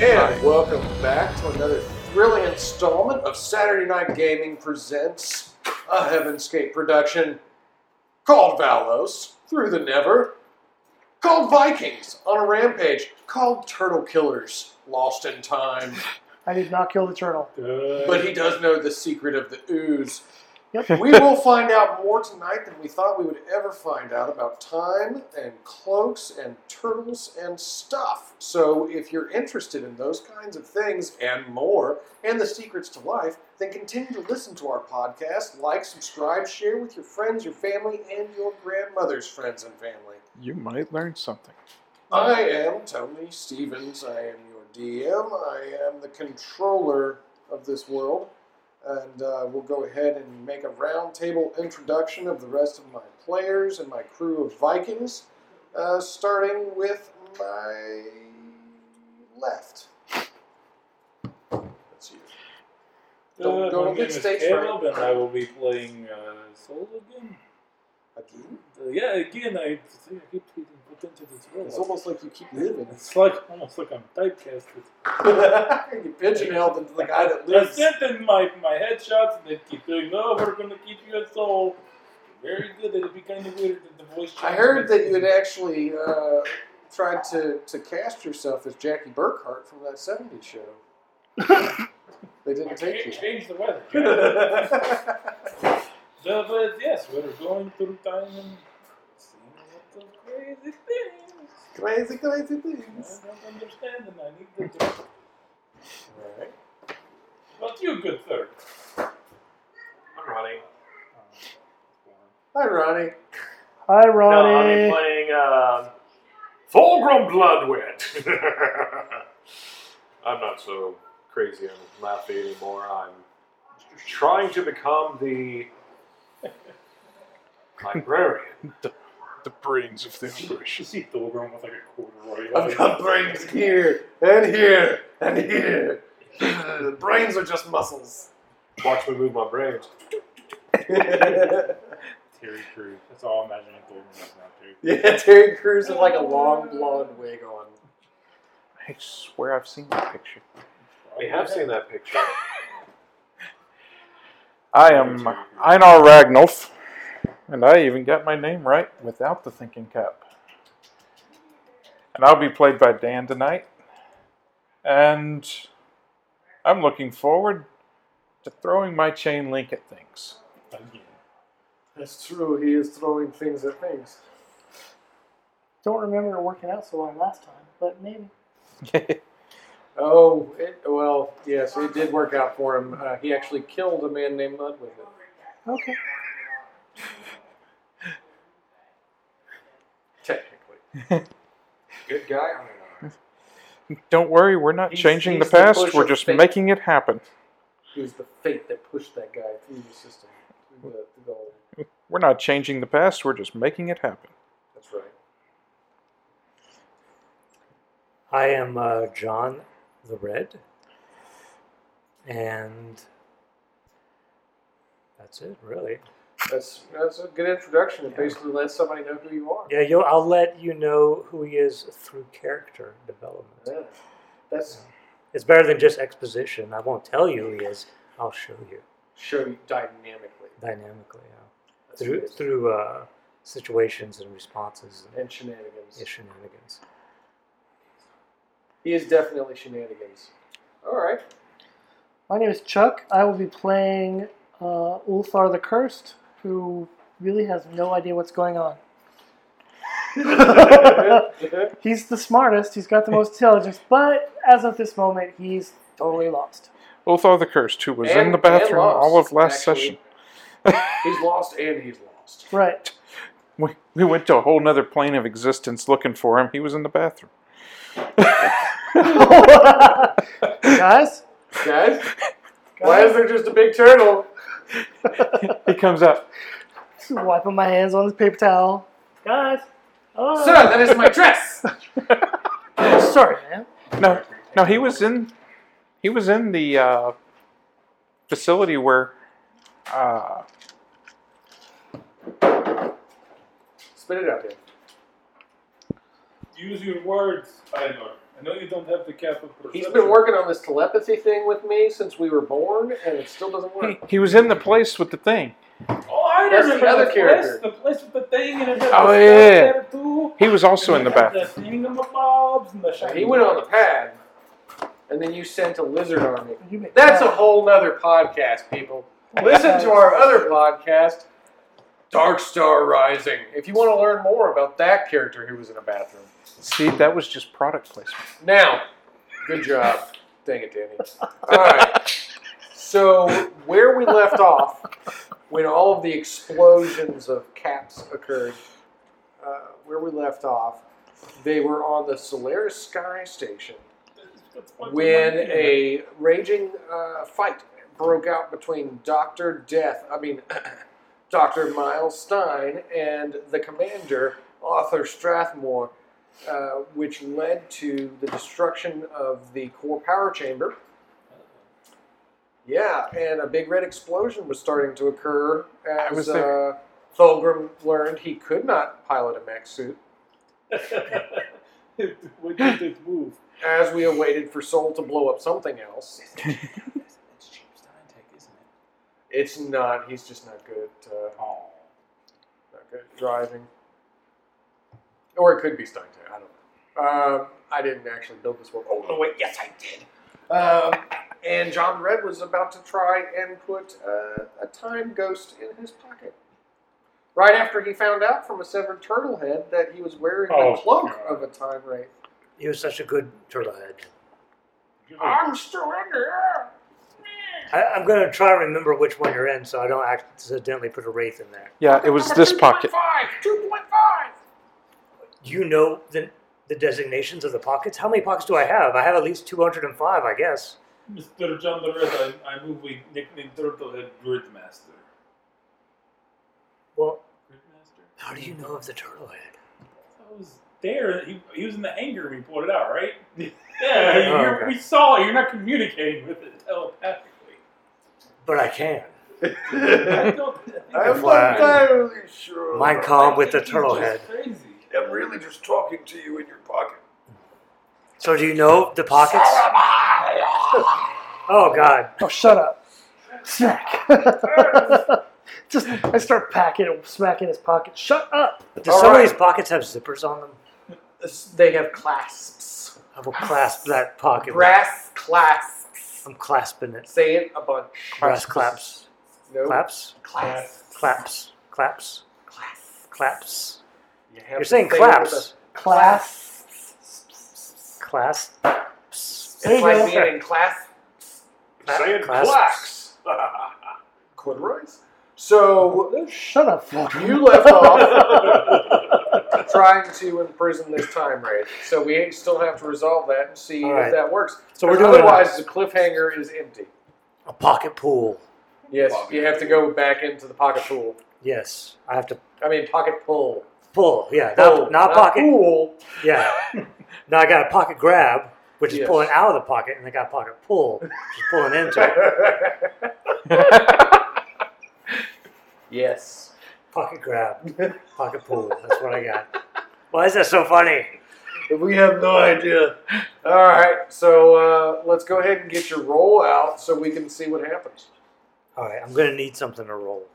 And welcome back to another thrilling installment of Saturday Night Gaming Presents, a Heavenscape production called Valos Through the Never, called Vikings on a Rampage, called Turtle Killers Lost in Time. I did not kill the turtle. But he does know the secret of the ooze. Yep. We will find out more tonight than we thought we would ever find out about time and cloaks and turtles and stuff. So if you're interested in those kinds of things and more and the secrets to life, then continue to listen to our podcast, like, subscribe, share with your friends, your family, and your grandmother's friends and family. You might learn something. I am Tony Stevens. I am your DM. I am the controller of this world. And uh, we'll go ahead and make a roundtable introduction of the rest of my players and my crew of Vikings, uh, starting with my left. That's you. Don't- Uh, don't my get name is stage Caleb, and I will be playing uh, Soul again. Again? Uh, yeah, again, I, see, I keep getting put into this role. It's almost like you keep living. It's like almost like I'm typecasted. you pigeonholed into the guy that I lives. sent in my, my headshots, and they keep saying, "No, we're going to keep you a soul." Very good. It'd be kind of weird that the voice. I heard that you had actually uh, tried to, to cast yourself as Jackie Burkhart from that 70s show. they didn't take change, you. change the weather. yeah, So, but yes, we're going through time and seeing lots of crazy things. crazy, crazy I things. don't understand, and I need the. Alright. But you, good sir. I'm running. Um, Hi, Ronnie. Hi, No, I'll Ronnie. be playing um, Fulgrim Bloodwet. I'm not so crazy and laughy anymore. I'm trying to become the librarian. The brains of the operation. should see Thorburn with like a corduroy. I've got brains here and here and here. the brains are just muscles. Watch me move my brains. yeah, Terry Crews. That's all I'm imagining Thorburn is now, Terry. Terry Crews with like a long blonde wig on. I swear I've seen that picture. We have seen that picture. I am Einar Ragnolf, and I even got my name right without the thinking cap. And I'll be played by Dan tonight. And I'm looking forward to throwing my chain link at things. Again. That's true. He is throwing things at things. Don't remember it working out so long last time, but maybe. Oh, it, well, yes, it did work out for him. Uh, he actually killed a man named Mud with it. Okay. Technically. Good guy. I don't know. Don't worry, we're not He changing the sees the past, push we're of just fate. making it happen. He was the fate that pushed that guy through the system, through the, through the hole. We're not changing the past, we're just making it happen. That's right. I am uh, John the Red, and that's it, really. That's that's a good introduction. It basically lets somebody know who you are. Yeah, you'll, I'll let you know who he is through character development. Yeah. That's It's better than just exposition. I won't tell you who he is. I'll show you show you dynamically. dynamically yeah. That's through amazing. through uh, situations and responses and and shenanigans. shenanigans. He is definitely shenanigans. All right. My name is Chuck. I will be playing uh, Ulthar the Cursed, who really has no idea what's going on. He's the smartest, he's got the most intelligence, but as of this moment, he's totally lost. Ulthar the Cursed, who was in And- the and bathroom lost, all of last actually. session. he's lost and he's lost. Right. We, we went to a whole nother plane of existence looking for him. He was in the bathroom. Guys? Guys, why is there just a big turtle? He comes up. Just wiping my hands on this paper towel. Guys? Oh. Sir, that is my dress. Sorry, man. No, no, he was in, he was in the uh, facility where uh, Spit it out here. Use your words, Tyler. I know you don't have the cap of perception. He's been working on this telepathy thing with me since we were born, and it still doesn't work. He was in the place with the thing. Oh, I That's remember the other place, character. The place with the thing and it had Oh, the stuff yeah, yeah. there too. He was also in the And bathroom. The thingamabobs and the So shiny he went on the lights. pad, and then you sent a lizard army. You make That's a that. whole nother podcast, people. Listen to our other podcast, Dark Star Rising, if you want to learn more about that character who was in a bathroom. See, that was just product placement. Now, good job. Dang it, Danny. All right. So, where we left off when all of the explosions of caps occurred, uh, where we left off, they were on the Solaris Sky Station That's what when reminded me. a raging uh, fight broke out between Dr. Death, I mean, Dr. Miles Stein, and the commander, Arthur Strathmore, uh, which led to the destruction of the core power chamber. Yeah, and a big red explosion was starting to occur as was uh, Thulgrim learned he could not pilot a mech suit. What did it move? As we awaited for Soul to blow up something else, It's cheap Stantec, isn't it? It's not. He's just not good. At, uh, Not good at driving. Or it could be Steintech. I don't know. Um, I didn't actually build this one. Oh no! Wait. Yes, I did. Um, and John Red was about to try and put uh, a time ghost in his pocket. Right after he found out from a severed turtle head that he was wearing Oh, the cloak God. of a time wraith. He was such a good turtle head. I'm still in here. I, I'm going to try and remember which one you're in so I don't accidentally put a wraith in there. Yeah, it was this pocket. Two point five. Do you know the, the designations of the pockets? How many pockets do I have? I have at least 205, I guess. Mr. John the Red, I, I move we nickname Turtlehead Gridmaster. Gridmaster? Well, how do you know of the turtle head? I was there. He, he was in the hangar. We pulled it out, right? Yeah, Oh, you're, okay. we saw it. You're not communicating with it telepathically. But I can. I don't. I'm If I- entirely sure. Mine calm with the think you're turtle just head. Crazy. I'm really just talking to you in your pocket. So do you know the pockets? Oh God! Oh, shut up. Smack. Just, I start packing and smacking his pocket. Shut up. Do All some right. of these pockets have zippers on them? They have clasps. I will clasp that pocket. Brass clasps. I'm clasping it. Say it a bunch. Brass claps. No. Claps. Clasps. Claps. Claps. Clasps. Claps. You have You're to saying say it claps. Clasps. Class. There It's you like go. being in class Saying Clasps. clacks. corduroys. So Shut up. fuck. you left off trying to imprison this time raid. So we still have to resolve that and see All if right. that works. So we're doing otherwise the cliffhanger is empty. a pocket pool. Yes, Pocket you have to go back into the pocket pool. Yes, I have to I mean, pocket pull. pull. Yeah, Pull, not, not pocket. Pool. Yeah. now I got a pocket grab, which is Yes. pulling out of the pocket, and I got a pocket pull, which is pulling into it. yes. Pocket grab, pocket pull. That's what I got. Why is that so funny? We have no idea. All right, so uh, let's go ahead and get your roll out so we can see what happens. All right, I'm gonna need something to roll.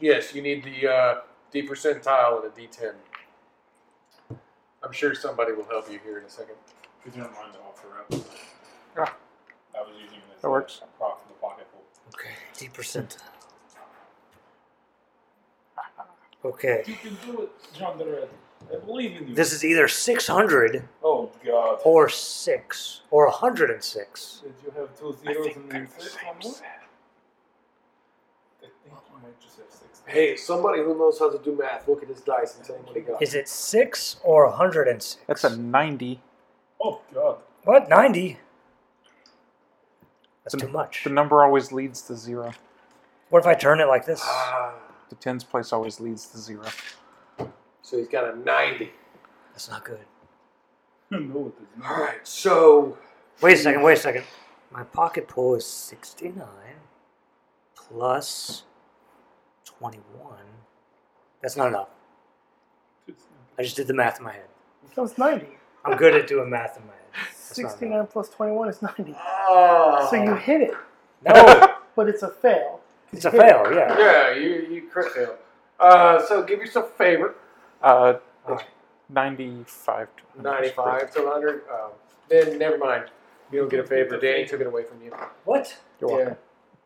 Yes, you need the uh, D percentile and a D10. I'm sure somebody will help you here in a second. If you don't mind, I'll offer up. Ah. I was using this. That works. as a Prop for the pocket pool. Okay, D percent. Okay, You can do it, John the Red. I believe in you. this is either 600 Oh God. or six or 106. Did you have two I zeros think and they're then the six same on it? set. I think you might just have six. Hey, somebody who knows how to do math, look at his dice and tell him what he got. Is it six or 106? That's a 90. Oh God. what 90? That's too much. The number always leads to zero. What if I turn it like this? Ah, The tens place always leads to zero. so he's got a 90. That's not good. no, it is All not. right, so Wait a second, wait a second. My pocket pull is 69 plus 21. That's not enough. It's not. I just did the math in my head. That was 90. I'm good at doing math in my head. That's not 69 plus 21 is 90. Oh. So you hit it, bad. No, but it's a fail. it's a fail. Yeah. Yeah, you you crit failed. Uh, so give yourself a favor. Uh, All right. 95 to 95 to 100. Um, then never mind. You don't get a favor. Danny took it away from you. What? You're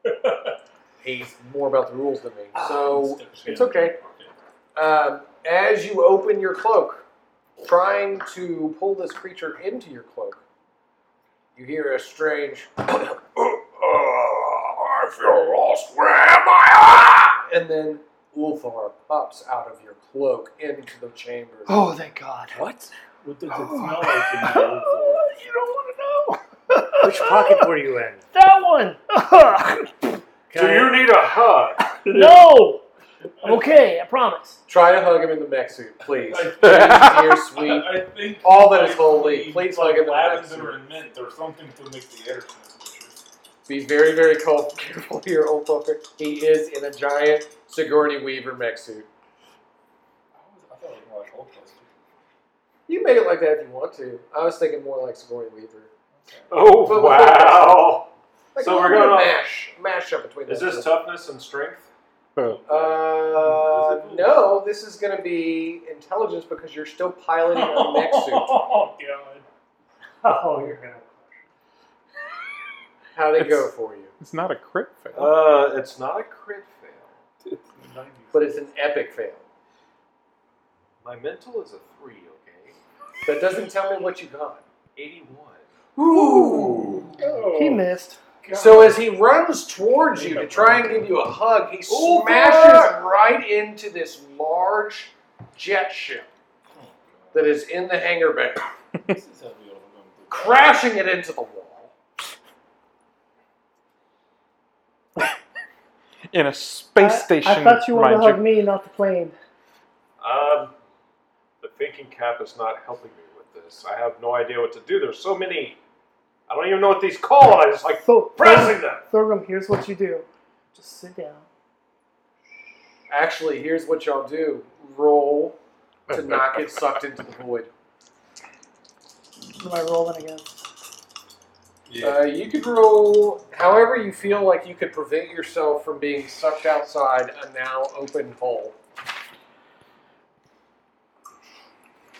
yeah. welcome. Ah, He's more about the rules than me. Oh, So it's okay. Um, as you open your cloak, trying to pull this creature into your cloak, you hear a strange. Uh, I feel lost. Where am I? And then Ulfar pops out of your cloak into the chamber. Oh, thank God. What? What does it Oh. smell like in the old floor? you don't want Which pocket were you in? to know. That one. Can Do I- you need a hug? no. I'm okay. I promise. Try to hug him in the mech suit, please. I Dear sweet. I think All that is I holy. need, Please like look at the lavender back. and mint or something to make the air smell. Be very, very careful careful here, old fucker. He is in a giant Sigourney Weaver mech suit. I thought it was more like old place. You make it like that if you want to. I was thinking more like Sigourney Weaver. Oh But- wow! Like So a we're little going off- mash, mash up between. Is those this two. toughness and strength? Oh, Uh, no. This is going to be intelligence because you're still piloting a mech suit. Oh, God. Oh, you're gonna. How'd it It's- go for you? it's not a crit fail. Uh, it's not a crit fail. But it's an epic fail. My mental is a three. Okay, That doesn't tell me what you got. eighty-one. Ooh. Oh, Oh. He missed. So as he runs towards you to try and give you a hug, he Ooh, smashes right into this large jet ship that is in the hangar bay, This is how we all remember. crashing it into the wall. In a space I- station, I thought you wanted to mind hug me, not the plane. Um, the thinking cap is not helping me with this. I have no idea what to do. There's so many. I don't even know what these call. I just like So, pressing them. Thorgrim, here's what you do. Just sit down. Actually, here's what y'all do: roll to not get sucked into the void. What am I rolling again? Uh, you could roll however you feel like you could prevent yourself from being sucked outside a now open hole.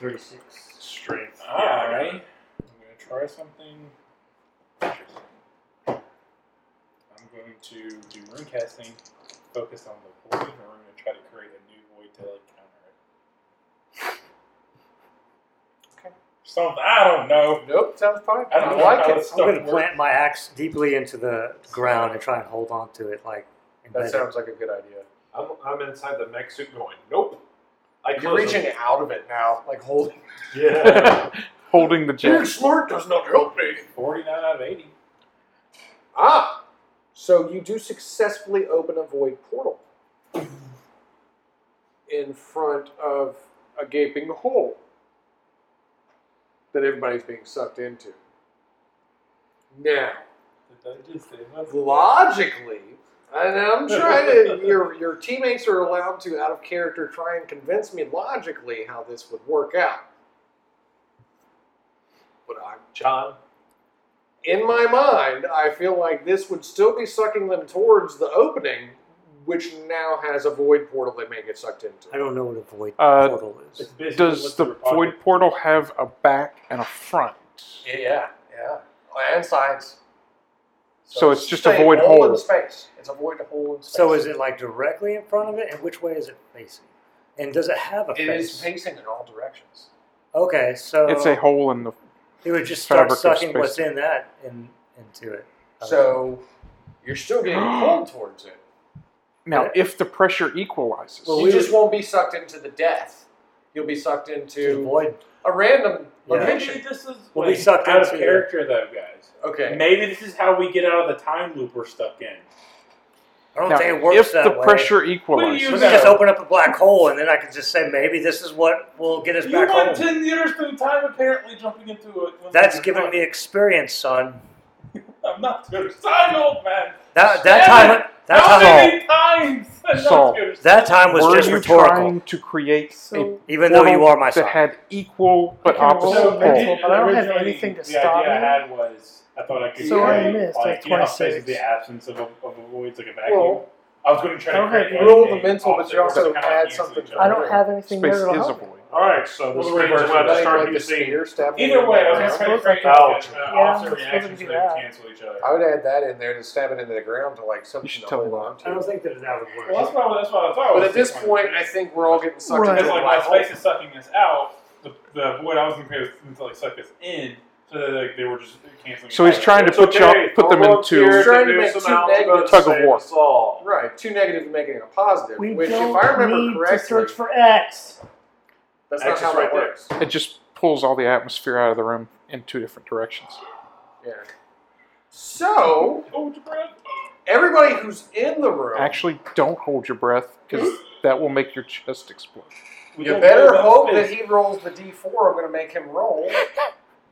Thirty-six. Strength. All right. I'm going to try something. I'm going to do rune casting, focus on the void, and we're going to try to create a new void to like counter it. Okay. Something I don't know. Nope, sounds fine. I don't know like how it. this I'm gonna stuff works. plant my axe deeply into the ground and try and hold on to it like. That embedded. sounds like a good idea. I'm, I'm inside the mech suit going. Nope. I You're close reaching them. out of it now, like holding. Yeah. holding the jet. smart does not help me. 49 out of 80. Ah, so you do successfully open a void portal in front of a gaping hole that everybody's being sucked into. Now, Did that just say nothing? logically, and I'm trying to. Your your teammates are allowed to, out of character, try and convince me logically how this would work out. But I'm John. in my mind, I feel like this would still be sucking them towards the opening, which now has a void portal they may get sucked into. I don't know what a void Uh, portal is. It's basically Does what's the in your pocket. void portal have a back and a front? Yeah, yeah. And sides. So it's just a staying void hole. in space. It's a void hole in space. So is it like directly in front of it, and which way is it facing? And does it have a It face? is facing in all directions. Okay, so It's a hole in the. It would just start fabric of sucking space. what's in that in, into it. So you're still getting pulled towards it. Now, if the pressure equalizes, Well, you we- just won't be sucked into the death. You'll be sucked to into avoid. a random Yeah. location. Maybe this is Well, we like, sucked out of into the- character, though, guys. Okay. Maybe this is how we get out of the time loop we're stuck in. I don't now, think it works if that the way. pressure we equalizes, can just No. open up a black hole, and then I can just say maybe this is what will get us You back went home. ten years through time apparently jumping into it. That's giving me experience, son. I'm not through time, old man. That that Damn time. That How time. many times? So, That time was Were just you rhetorical. trying to create So- a Even though you portal are my son. that had equal but I can opposite roll- poles? Oh, I don't have originally, anything to the stop idea me. I had was I thought I could So I create, missed, like, like, you know, 26. basically the absence of a, of a void, it's like a vacuum. Well, I was going to try to don't have create roll a- the mental, but opposite, you also kind of add cancel something each to other. I don't have anything Space there to is a help. you. void. Alright, so the Well, the screen's reverse about is to like start the scene. Either way, I Yeah, was going to try to let's create look at an that. Yeah, opposite let's look reaction so into they would that. cancel each other. I would add that in there to stab it into the ground to like something should to tell hold them. on I don't to. think that that would Well, work. that's what I, that's what I thought. But was at this the point, I think we're all getting sucked Right. into because a like black my hole. space is sucking this out, the, the void I was going to create was meant to like suck this in, so that like they were just canceling. So he's each other. trying to It's put okay, y'all, put them we're here into. Trying to make do some two algebra negatives to tug of save war. us all. Right, two negatives and making it a positive. We which, don't if I remember need correctly, to search for X. that's not X is how that right there. works. It just pulls all the atmosphere out of the room in two different directions. Yeah. So Hold your breath. everybody who's in the room, Actually, don't hold your breath because that will make your chest explode. We you don't better know about hope space. that he rolls the d4. I'm going to make him roll.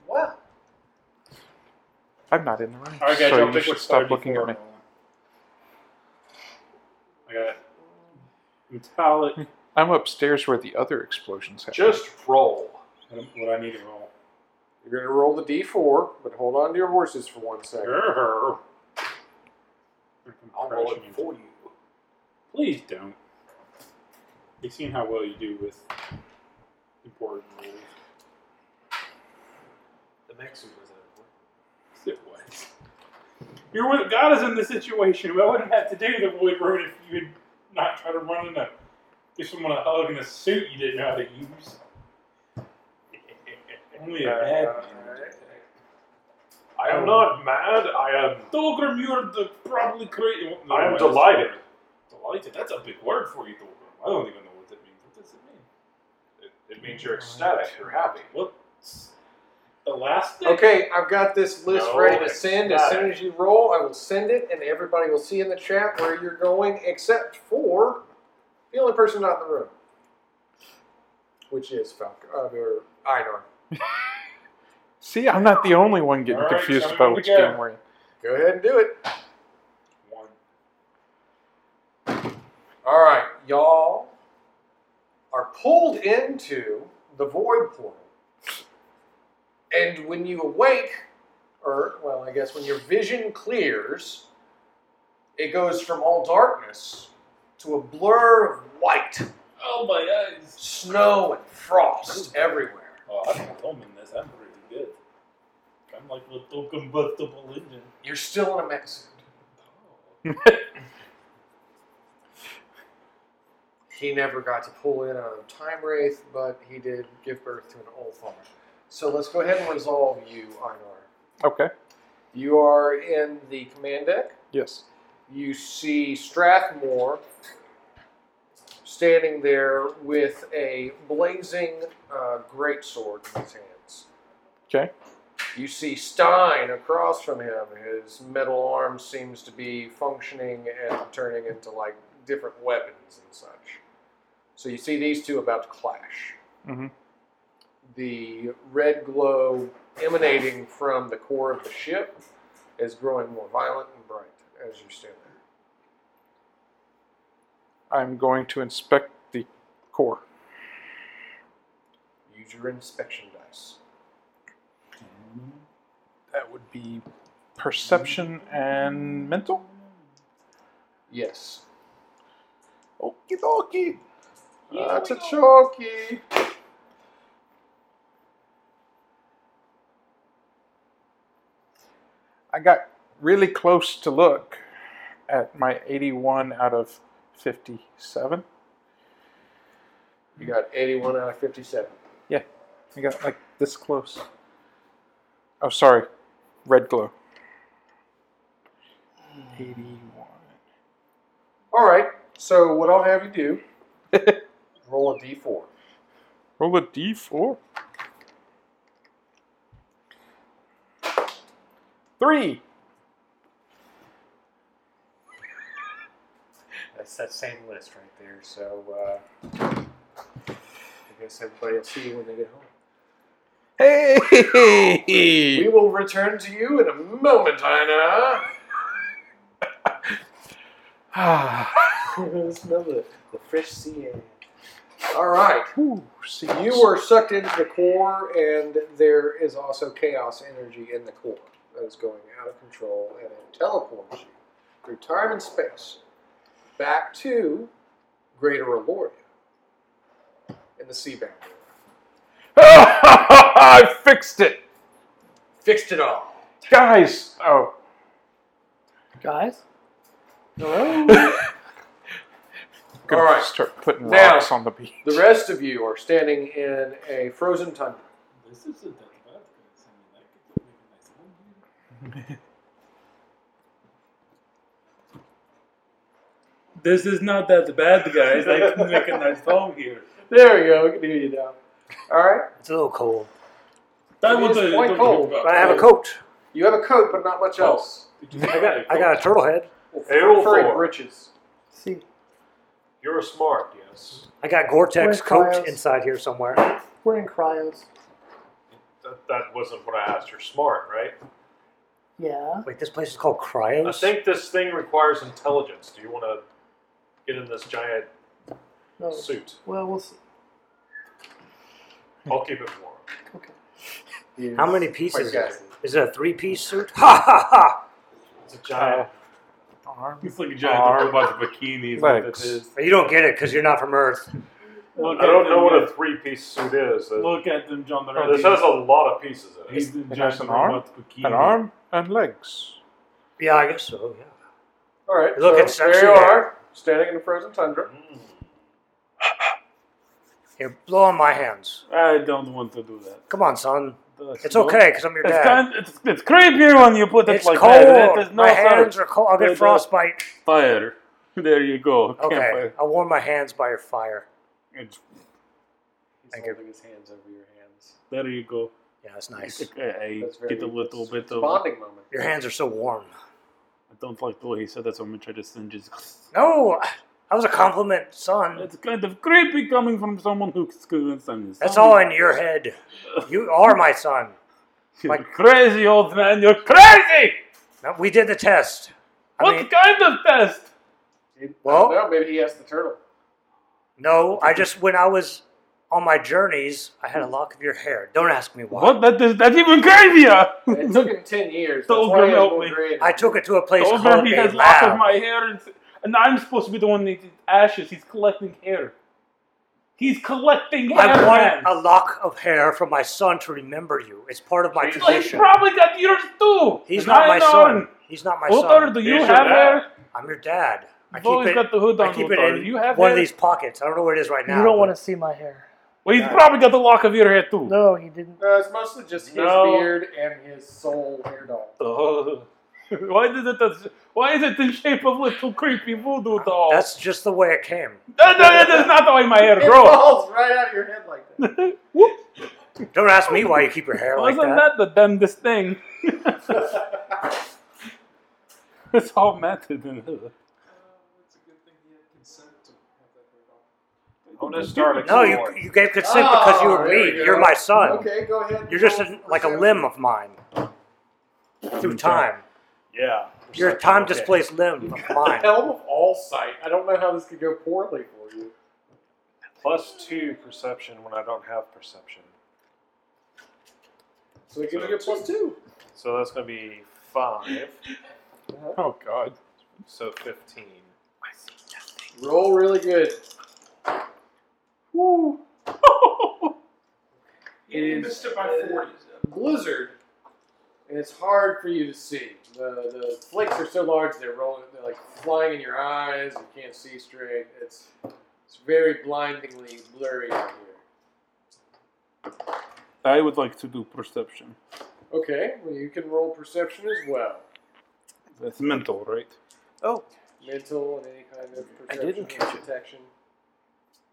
Well, I'm not in the room, All right, guys, so y'all you pick should which stop side you looking at form. me. I got metallic. I'm upstairs where the other explosions happen. Just roll. What what I need to roll? you're going to roll the d4, but hold on to your horses for one second. Grrr. I'll roll it for you. Please don't. You've seen how well you do with important rules. The Mexican was It was. You're with God is in this situation. I wouldn't have to do the void road if you had not tried to run in a give someone a hug in a suit you didn't know how to use. Only a E, bad man. I am not mad. I am. Dolgrim, you are the probably creating. I am delighted. Delighted. That's a big word for you, Dolgrim. I don't even know what that means. What does it mean? It, it means you're ecstatic. You're happy. What's elastic? Okay, I've got this list No, ready to it's send. not. As soon as you roll, I will send it, and everybody will see in the chat where you're going, except for the only person not in the room, which is Falco. Uh, or Einar. See, I'm not the only one getting All right, confused so about we which go. game we're in. Go ahead and do it. One. All right, y'all are pulled into the void portal, and when you awake, or well, I guess when your vision clears, it goes from all darkness to a blur of white. Oh my eyes. snow and frost everywhere. Oh, I'm not filming this. I'm pretty good. I'm like a little combustible engine. You're still in a mess. Oh. He never got to pull in on Time Wraith, but he did give birth to an Ulthar. So let's go ahead and resolve you, Einar. Okay. You are in the command deck. Yes. You see Strathmore standing there with a blazing uh, greatsword in his hands. Okay. You see Stein across from him. His metal arm seems to be functioning and turning into like different weapons and such. So you see these two about to clash. Mhm. The red glow emanating from the core of the ship is growing more violent and bright as you stand there. I'm going to inspect the core. Use your inspection dice. That would be perception and mental. Yes. Okie dokie. That's a chalky. I got really close to look at my 81 out of 57. You got 81 out of 57. I got like this close. Oh, sorry. Red glow. 81. All right. So what I'll have you do, roll a d4. Roll a d4. Three. That's that same list right there. So uh, I guess everybody will see you when they get home. Hey! We will return to you in a moment, Ina. Ah, Smell the, the fresh sea air. All right. ooh, see You were sucked into the core, and there is also chaos energy in the core that is going out of control, and it teleports you through time and space back to Greater Eloria in the Seabound. I fixed it, Fixed it all. guys. Oh, Guys? Hello? good All right. start putting Now- rocks on the beach. The rest of you are standing in a frozen tundra. This is a Dutch bathhouse. I mean, that could make a nice home here. This is not that bad, guys. I can make a nice home here. There we go. We can hear you now. All right. It's a little cold. It is quite cold. But I have a coat. You have a coat, but not Oh. much else. I got, I got a turtle head. Well, Hail furry Thor. breeches. See, You're smart, yes. I got Gore-Tex Where's coat Miles? inside here somewhere. we're in cryos. That, that wasn't what I asked. You're smart, right? Yeah. Wait, this place is called I Cryos. think this thing requires intelligence. Do you want to get in this giant No. suit? Well, we'll see. I'll keep it warm. Okay. How many pieces? Is Quite it? ghastly. Is it a three-piece suit? Ha ha ha! It's a giant. Arms. It's like a giant Arm. bunch of bikinis. Legs. You don't get it because you're not from Earth. Look Uh, I don't at know them, what a guys. three-piece suit is. Uh, Look at them, John. They're This has a lot of pieces in it. He's in It giant has an arm? robot bikini. An arm and legs. Yeah, I guess so. Yeah. All right. Look, so it's there sexy you there. are, standing in the frozen tundra. Mm. Here, blow on my hands. I don't want to do that. Come on, son. That's It's no- okay because I'm your It's, dad. kind it's, it's creepier when you put it it's like cold. that. It is no my hands such are cold. I'll No, get no. frostbite. fire. There you go. Okay, Campfire. I'll warm my hands by your fire. It's- He's Thank you. holding his hands over your hands. there you go. Yeah, it's nice. I, That's I very get a little it's- bit it's of. I bonding moment. Your hands are so warm. don't like the way he said that, so I'm gonna try to send just. No, that was a compliment, son. It's kind of creepy coming from someone who experienced something. That's all in your head. You are my son. You're like- crazy, old man. You're crazy. No, We did the test. I what mean, kind of test? Well- no, maybe he asked the turtle. no, I just when I was on my journeys, I had a lock of your hair. Don't ask me why. What? That is that's even crazier. It took him ten years. That's Don't why he help has me. grade. I took it to a place Over called he a has lots lab. of my hair, and, and I'm supposed to be the one that ashes. He's collecting hair. He's collecting hair. I man. want a lock of hair for my son to remember you. It's part of my Well, He's tradition. probably got yours too. He's And not my I son. don't. He's not my Lothar, son. do you Yes, have you have. hair? I'm your dad. I You've keep always it. got the hood on. I keep it Lothar. in you have one hair? of these pockets. I don't know where it is right now. You don't want but to see my hair. Well, he's probably got the lock of your hair too. No, he didn't. No, it's mostly just his No. beard and his soul hair doll. Oh. why is it? the- Why is it the shape of little creepy voodoo doll? That's just the way it came. that, that- that is not the way my hair It grows. falls right out of your head like that. Don't ask me why you keep your hair like Wasn't that. that the damnedest thing? It's all matted and. I'm gonna start No, exploring. you, you gave consent because you Ah, were there me. we go. You're my son. Okay, go ahead. You're just a, like a limb of mine through time. Yeah. You're a oh, time displaced limb of mine. Helm of all sight. I don't know how this could go poorly for you. Plus two perception when I don't have perception. So it gives you a plus two. So that's gonna be five. Oh God. So fifteen. Roll really good. Woo. It is missed it by forty. Blizzard, and it's hard for you to see. The the flakes are so large they're rolling, they're like flying in your eyes. You can't see straight. It's it's very blindingly blurry out here. I would like to do perception. Okay, well you can roll perception as well. That's mental, right? Mental and any kind of perception Oh. didn't catch or detection.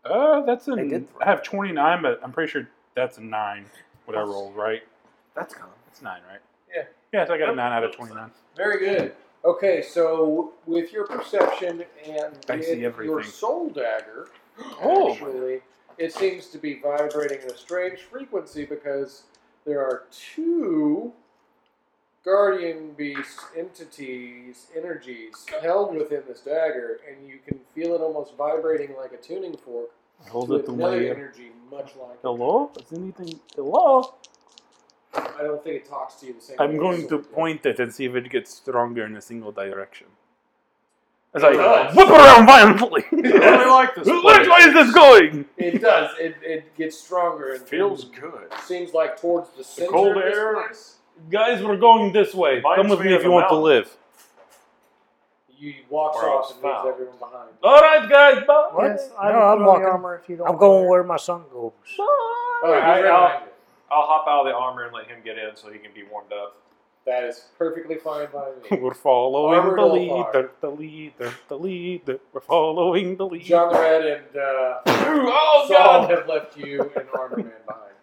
Uh, that's an. I I, did- have 29, but I'm pretty sure that's a 9, what I rolled, right? That's common. That's 9, right? Yeah. Yeah, so I got a 9 out of 29. Very good. Okay, so with your perception and I with see your everything. soul dagger, Oh. actually, it seems to be vibrating in a strange frequency because there are two guardian beasts, entities, energies held within this dagger, and you can feel it almost vibrating like a tuning fork Hold to it the another way. energy, much like. Hello? Is anything? Hello? I don't think it talks to you the same. way I'm the going to sword does. point it and see if it gets stronger in a single direction. As It I does. whip around violently. I really like this. Which way place. is this going? It does. It, it gets stronger and Feels and good. Seems like towards the center. cold of this air. place. Guys, we're going this way. Reminds Come with me me if of you a want to mountain. live. You walk Where I off was and leaves found. everyone behind. All right, guys. Bye. Yes, I No, will I'm put on walking. the armor if you don't. I'm going where my son goes. Bye. Oh, he's I- right I'll- behind you. I'll hop out of the armor and let him get in so he can be warmed up. That is perfectly fine by me. We're following Armored the all leader, the leader, the leader. We're following the leader. John the Red and uh, oh Saul have left you and Armor Man behind.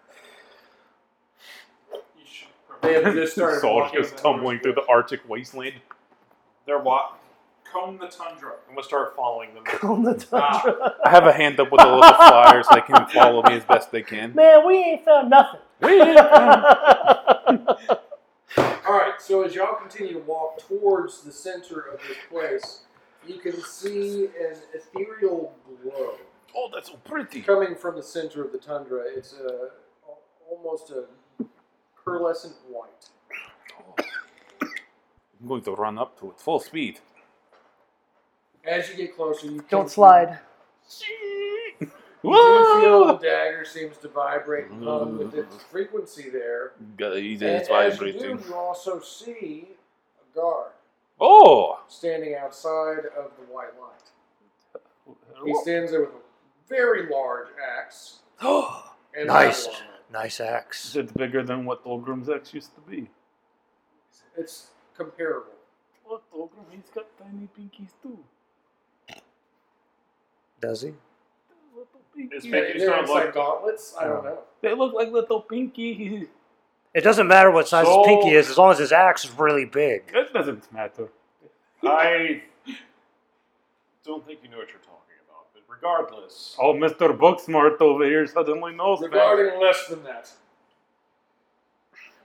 You should They have just started Saul walking just tumbling through the Arctic wasteland. They're walk. Comb the tundra. I'm gonna start following them. On the tundra. I have a hand up with a little flyer so they can follow me as best they can. Man, we ain't found nothing. All right, so as y'all continue to walk towards the center of this place, you can see an ethereal glow Oh, that's so pretty. coming from the center of the tundra. It's a, almost a pearlescent white. I'm going to run up to it full speed. As you get closer, you can- Don't slide. You do feel the Whoa! dagger seems to vibrate and hum with its frequency there. Guys, and it's as you vibrating. do, you also see a guard Oh! standing outside of the white light. He stands there with a very large axe. And a Nice. metal armor. Nice axe. It's bigger than what Dolgrim's axe used to be. It's comparable. What Dolgrim? He's got tiny pinkies too. Does he? Little pinkies. It's Yeah, Pinkies they're don't inside look- gauntlets. I don't know. They look like little pinky. It doesn't matter what size So- his pinky is, as long as his axe is really big. That doesn't matter. I don't think you know what you're talking about, but regardless, Oh, Mr. Booksmart over here suddenly knows that. Regarding less than that.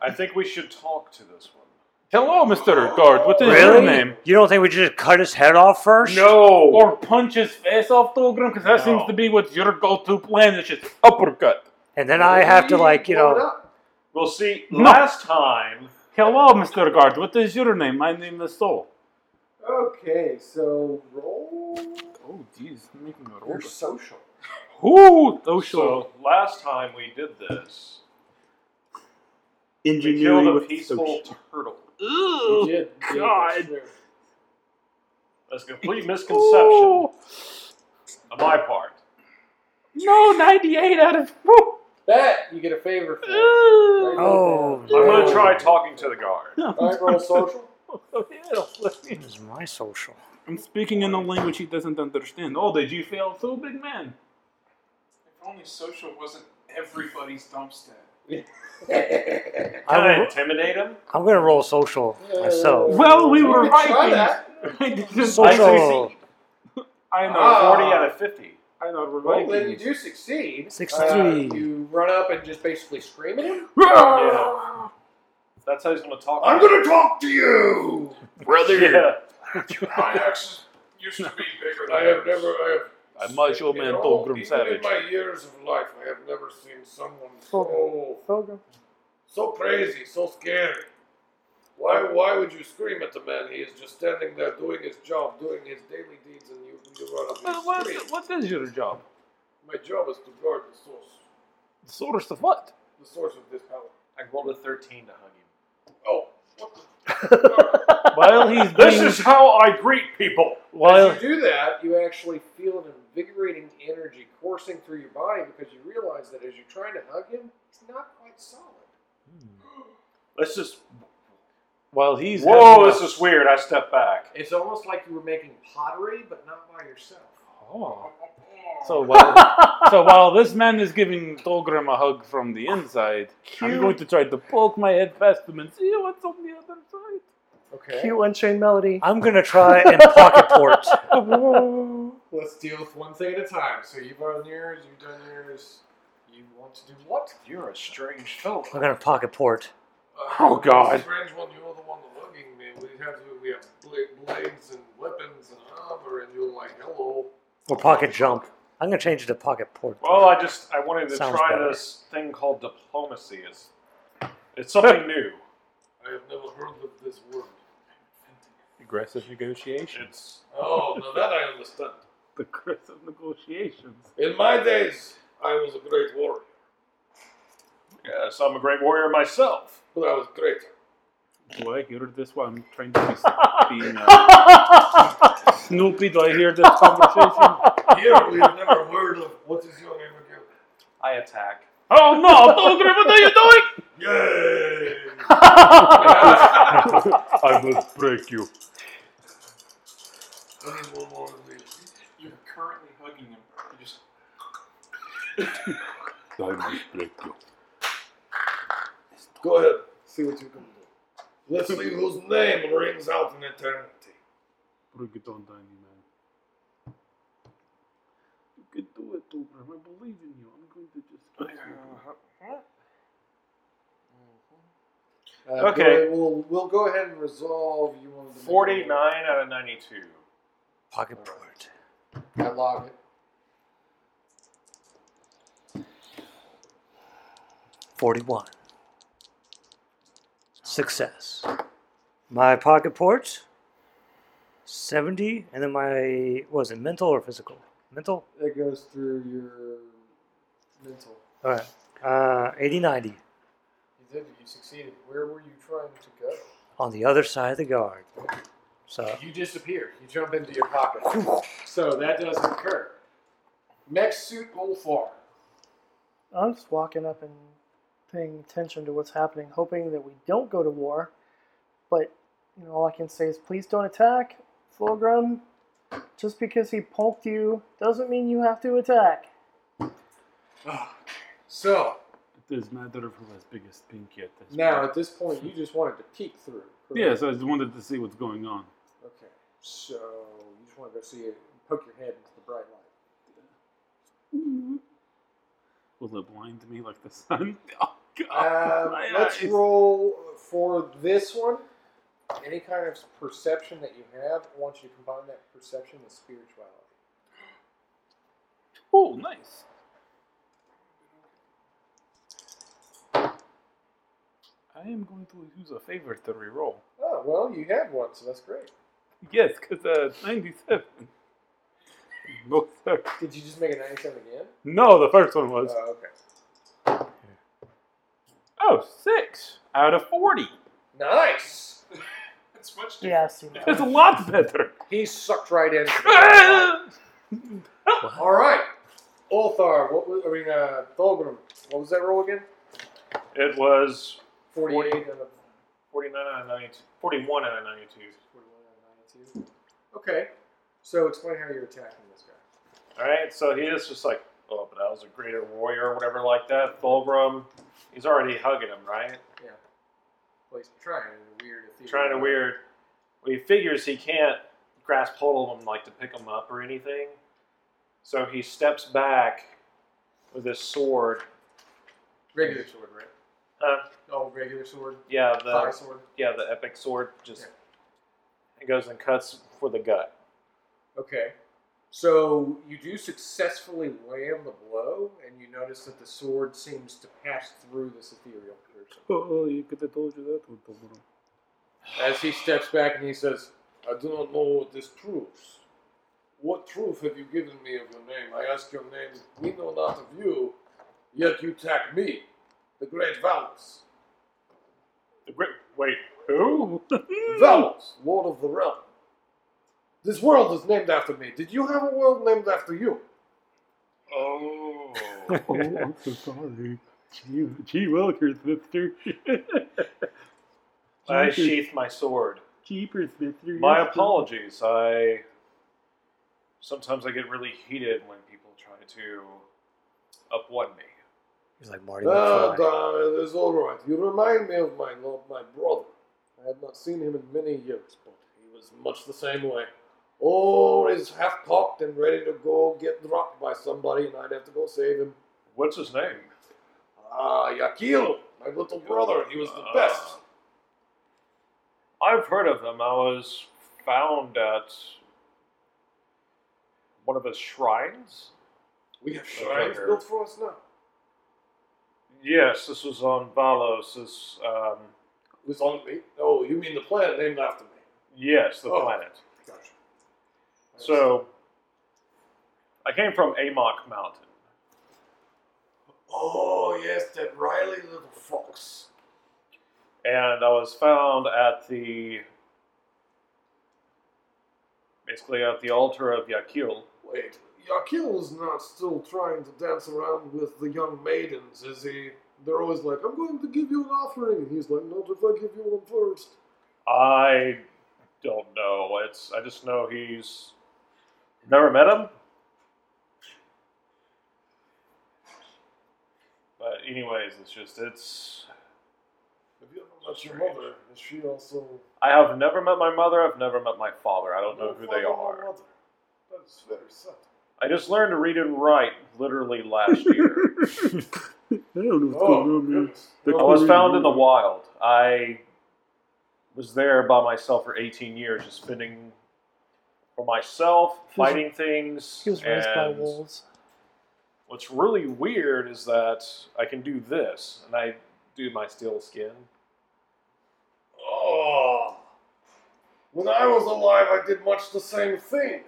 I think we should talk to this one. Hello, Mr. Guard. What is your Really? name? You don't think we should just cut his head off first? No, Or punch his face off, Dolgrim? Because that No. seems to be what your go-to plan is just uppercut. And then I have to, like, you Blow it know. up. we'll see. No. Last time, Hello, Mr. Guard. What is your name? My name is Sol. Okay, so roll. Oh, jeez. I'm making Oh, a You're social. Who? Social. so last time we did this, we Engineering killed a with peaceful turtle. Oh, You did, you God. did. That's a complete Oh, misconception on my part. No, 98 out of... That you get a favor for. Ooh. Oh, I'm gonna Yeah. try talking to the guard. All right, roll social. This is my social. I'm speaking in a language he doesn't understand. Oh, did you fail too, big man? If only social wasn't everybody's dumpster. Can I, I'm, intimidate him? I'm going to roll social myself. Well, we You were can try Vikings. that. I didn't- Social. I know. Ah. 40 out of 50. I know. We're Well, then you Vikings. do succeed. Sixty-three. Uh, you run up and just basically scream at him. Yeah. That's how he's gonna talk. gonna talk to you, brother. Yeah. My axe used to be bigger than I have yours. never. I have. I'm much old in man all- Thorgrim even Savage. In my years of life, I have never seen someone so Thorgrim. Pilgrim. so crazy, so scary. Why why would you scream at the man? He is just standing there doing his job, doing his daily deeds, and you you run Well, up and what, scream. what is your job? My job is to guard the source, The source of what? the source of this power. I rolled a 13 to hug him. Oh, what the While he's This being, is how I greet people. while As you do that, you actually feel an invigorating energy coursing through your body because you realize that as you're trying to hug him, it's not quite solid. Let's just. while he's Whoa, this is weird. I step back. It's almost like you were making pottery, but not by yourself. Oh. So while so while this man is giving Tolgrim a hug from the inside, I'm going to try to poke my head past him and see what's on the other side. Okay. Cute Unchained Melody. I'm going to try and pocket port. Let's deal with one thing at a time. So you've done yours, you've done yours. You want to do what? You're a strange fellow. I'm going to pocket port. Uh, Oh, God. Strange one, you are the big blades and weapons and armor, and you're like, hello. Or pocket jump. I'm gonna change it to pocket port. Well, I just I wanted to Sounds try better. this thing called diplomacy. It's, it's something new. I have never heard of this word. Aggressive negotiations. It's Oh, now that I understand. Aggressive negotiations. In my days, I was a great warrior, yes, I'm a great warrior myself. but I was greater. Do I hear this while I'm trying to be being, uh, Snoopy? Do I hear this conversation? Here, we have never heard of what is your name again? I attack. Oh no, Dolgrim, what are you doing? Yay! I will break you. I need one more of these. You're currently hugging him. You just I will break you. Go ahead, see what you can do. Let's see whose name rings out in eternity. Bring it on, Danny, man. You can do it, Dolgrim. I believe in you. I'm going to just. kiss you. Uh, Okay. go- We'll, we'll go ahead and resolve. You wanted to make a- 49 out of 92. Pocket port. I log it. 41. Success. My pocket port, 70. And then my, what was it mental or physical? Mental? It goes through your mental. All right. Uh, 80, 90. You did. You succeeded. Where were you trying to go? On the other side of the guard. Uh, So, You disappear. You jump into your pocket. so that does occur. Next suit, Ulfar. I'm just walking up and paying attention to what's happening, hoping that we don't go to war. But you know, all I can say is please don't attack, Fulgrim. Just because he poked you doesn't mean you have to attack. Ah. So It does matter who has biggest pinky at this now point. at this point, you just wanted to peek through. correct? Yes, I just wanted to see what's going on. Okay. So you just want to go see it, poke your head into the bright light. Will it blind me like the sun? Oh, God. Um, my let's eyes. roll for this one. Any kind of perception that you have, I want you to combine that perception with spirituality. Oh, nice. I am going to use a favor to reroll. Oh well, you have one, so that's great. Yes, because uh, 97. Both are- Did you just make a ninety-seven again? No, the first one was. Oh, okay. Oh, six out of 40. Nice. It's much Yeah, I see that. That's a lot better. He sucked right into the Ah! All right. Ulthar, what was, I mean, uh, Thulgrim, what was that roll again? It was 48 and a 49 out of 92. 41 out of 92. 41 and a 92. Okay. So explain how you're attacking this guy. All right, so he is just like, oh, but I was a greater warrior or whatever like that. Fulgrim, he's already hugging him, right? Yeah. Well, he's trying a weird ethereal. Trying to weird. Well, he figures he can't grasp hold of him, like to pick him up or anything. So he steps back with his sword. Regular sword, right? Huh? Oh, regular sword. Yeah, the Thigh sword. yeah the epic sword just Yeah. it goes and cuts for the gut. Okay. So you do successfully land the blow, and you notice that the sword seems to pass through this ethereal person. Oh, you could have told you that one tomorrow. As he steps back and he says, I do not know what this proves. What proof have you given me of your name? I ask your name, we know not of you, yet you attack me, the great Valus. The gri- Wait, who? Mm. Valus, Lord of the Realm. This world is named after me. Did you have a world named after you? Oh, Oh, I'm so sorry. Gee, gee Wilkers, mister. I Jeepers- sheath my sword. Jeepers, mister. My yes, sir. apologies. I sometimes I get really heated when people try to up one me. he's like Marty Ah, Oh, McFly. darn, it is all right. You remind me of my lord, my brother. I have not seen him in many years, but he was much the same way. Always half cocked and ready to go get dropped by somebody, and I'd have to go save him. What's his name? Ah, Yakil, my little brother, he was the best. Uh, I've heard of him. I was found at one of his shrines. We have shrines shrines here. built for us now. Yes, this was on Valos. This, um, It's on me. Oh, you mean the planet named after me? yes, the Oh. planet. Gotcha. So, I came from Amok Mountain. Oh yes, that Riley little fox. and I was found at the basically at the altar of Yakil. Wait, Yakil is not still trying to dance around with the young maidens, is he? They're always like, I'm going to give you an offering. And he's like, Not if I give you one first. I don't know. It's I just know he's never met him. But anyways, it's just it's Have you ever met your mother? Is she also. I have never met my mother, I've never met my father. I don't know who Father, they no are. mother? That is very sad. I just learned to read and write literally last year. I don't know what's Oh, going on, man. goodness. The I was found in the wild. I was there by myself for 18 years, just spending for myself, He was- fighting things. He was raised by and wolves. What's really weird is that I can do this, and I do my steel skin. Oh. When I was alive, I did much the same thing.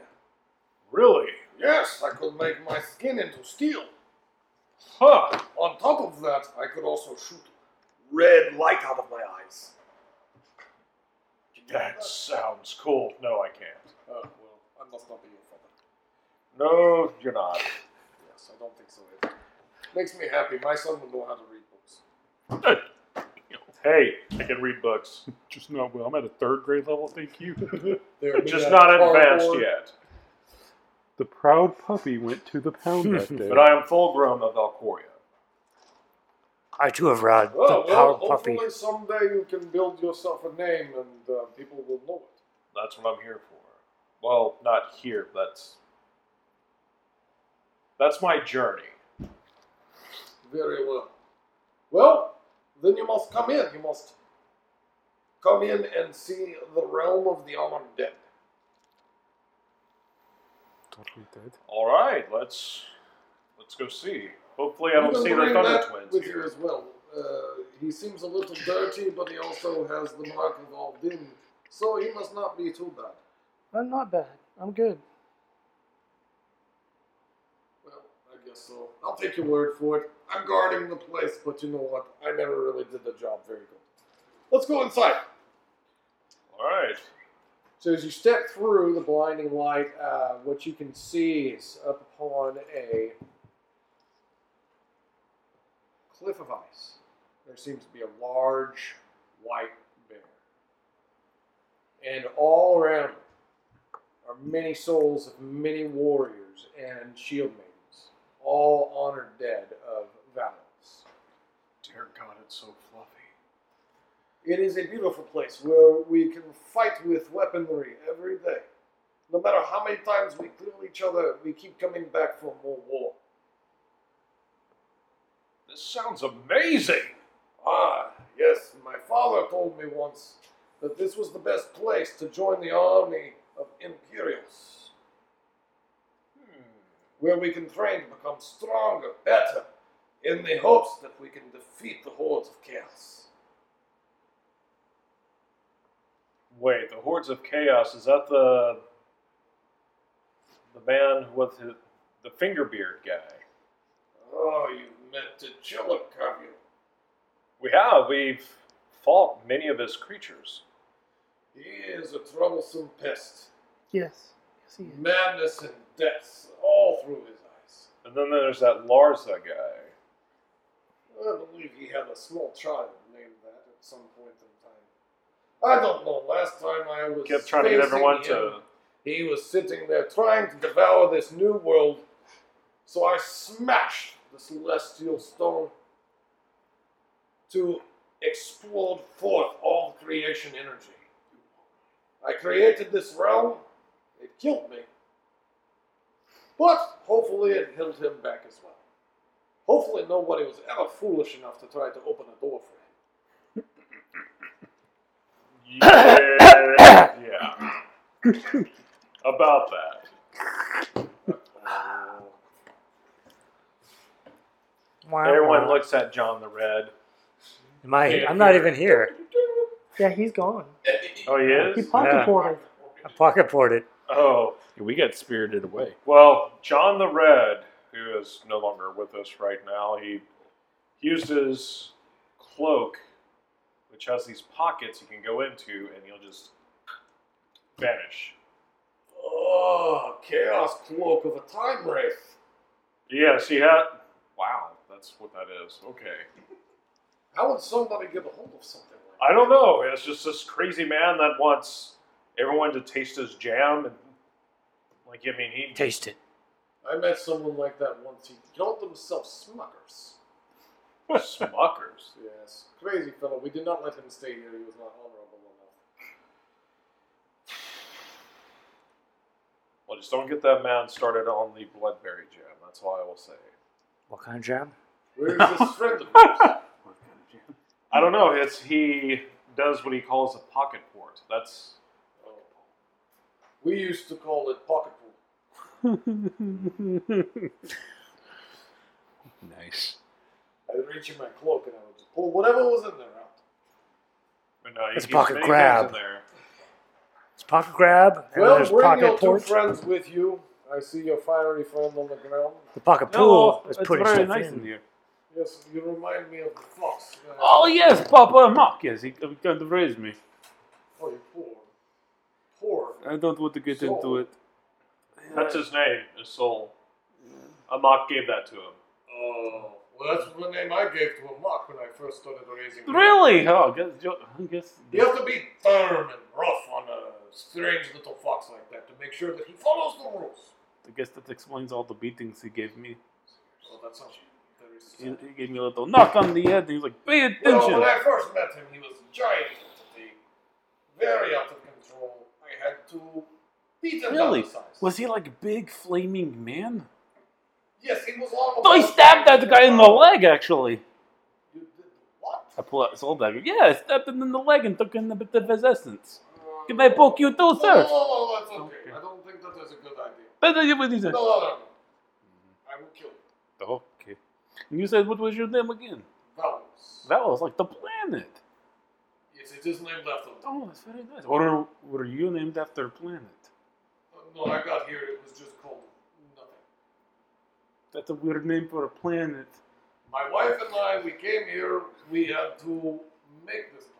Really? Yes, I could make my skin into steel. Huh. On top of that, I could also shoot red light out of my eyes. That sounds cool. No, I can't. Oh, well, I must not be your father. No, you're not. Yes, I don't think so either. Makes me happy. My son will know how to read books. Hey, I can read books. Just not well. I'm at a third grade level. Thank you. They're Just made not out of advanced cardboard. yet. the proud puppy went to the pound that day. But I am full grown of Valcoria. I too have Rod, the Oh, well, proud puppy. hopefully someday you can build yourself a name and uh, people will know it. That's what I'm here for. Well, not here. That's that's my journey. Very well. Well, then you must come in. You must come in and see the realm of the armored dead. Totally dead. All right, let's let's go see. Hopefully, I You don't can see the bring Thunder that Twins with you here. as well. Uh, he seems a little dirty, but he also has the mark of all din, so he must not be too bad. I'm not bad. I'm good. Well, I guess so. I'll take your word for it. I'm guarding the place, but you know what? I never really did the job very good. Let's go inside. All right. So as you step through the blinding light, uh, what you can see is up upon a cliff of ice. There seems to be a large white bear. And all around it are many souls of many warriors and shield maidens, all honored dead of Valens. Dear God, it's so fluffy. It is a beautiful place. Where we can fight with weaponry every day. No matter how many times we kill each other, we keep coming back for more war. This sounds amazing. Ah, yes, my father told me once that this was the best place to join the army of Imperials, Hmm, where we can train to become stronger, better, in the hopes that we can defeat the hordes of chaos. Wait, the hordes of chaos is that the the man with his, the finger beard guy? Oh, you've met Tichiluk, have you? We have we've fought many of his creatures. He is a troublesome pest. Yes. Yes, he is. Madness and death all through his eyes. And then there's that Larza guy. I believe he had a small child named that at some point in time. I don't know. Last time I was Kept trying to get facing everyone him, to He was sitting there trying to devour this new world, so I smashed the celestial stone to explode forth all creation energy. I created this realm, it killed me, but hopefully it held him back as well. Hopefully, nobody was ever foolish enough to try to open a door for him. Yeah, yeah. about that. Wow. Everyone looks at John the Red. Am I, I'm not even here. Yeah, he's gone. Oh, he He is? pocket Yeah. ported. I pocket ported. Oh, We got spirited away. Well, John the Red, who is no longer with us right now, he used his cloak, which has these pockets you can go into, and he'll just vanish. Oh, chaos cloak of a time wraith. Yes, he had. Wow, that's what that is. Okay. How would somebody get a hold of something like I don't know. It's just this crazy man that wants everyone to taste his jam, and like I mean, he Taste it. that? I met someone like that once. He called himself Smuckers. smuckers. Yes, crazy fellow. We did not let him stay here. He was not honorable enough. Well, just don't get that man started on the bloodberry jam. That's all I will say. What kind of jam? Where's this friend of yours? I don't know. It's he does what he calls a pocket port. That's Oh. We used to call it pocket pool. Nice. I'd reach in my cloak and I would just pull whatever was in there out. but no, he It's a keeps pocket many grab. things in there. It's pocket grab. And well, there's bring your pocket two port. friends with you. I see your fiery friend on the ground. the pocket oh, pool is putting stuff in. here. Yes, you remind me of the fox. Uh, Oh yes, Papa Mark. Yes, he can to raise me. Oh, you poor. Poor. I don't want to get So- into it. That's his name, his soul. Amok gave that to him. Oh, well, that's the name I gave to a mock when I first started raising. him. Really? Oh, I guess. Jo- I guess You have to be firm and rough on a strange little fox like that to make sure that he follows the rules. I guess that explains all the beatings he gave me. Oh, that sounds very He, sad. he gave me a little knock on the head, and he was like, "Pay Well, attention." when I first met him, he was a giant entity, very out of control. I had to beat him Really? down to size. Was he like a big flaming man? Yes, he was Oh, long. I stabbed that guy in the leg, actually. You did what? I pull out his old dagger. Yeah, I stabbed him in the leg and took in a bit of his essence. Can I poke you too, No, no, Oh. sir? no, that's okay. I don't think that is a good idea. But I did what he No, said. Oh. no, no. I will kill you. Okay. And you said, what was your name again? Valens. That was like the planet. Yes, it is named after him. Oh, that's very nice. Or were you named after a planet? Uh, No, I got here. It was just called nothing. That's a weird name for a planet. My wife and I, we came here. We had to make this planet.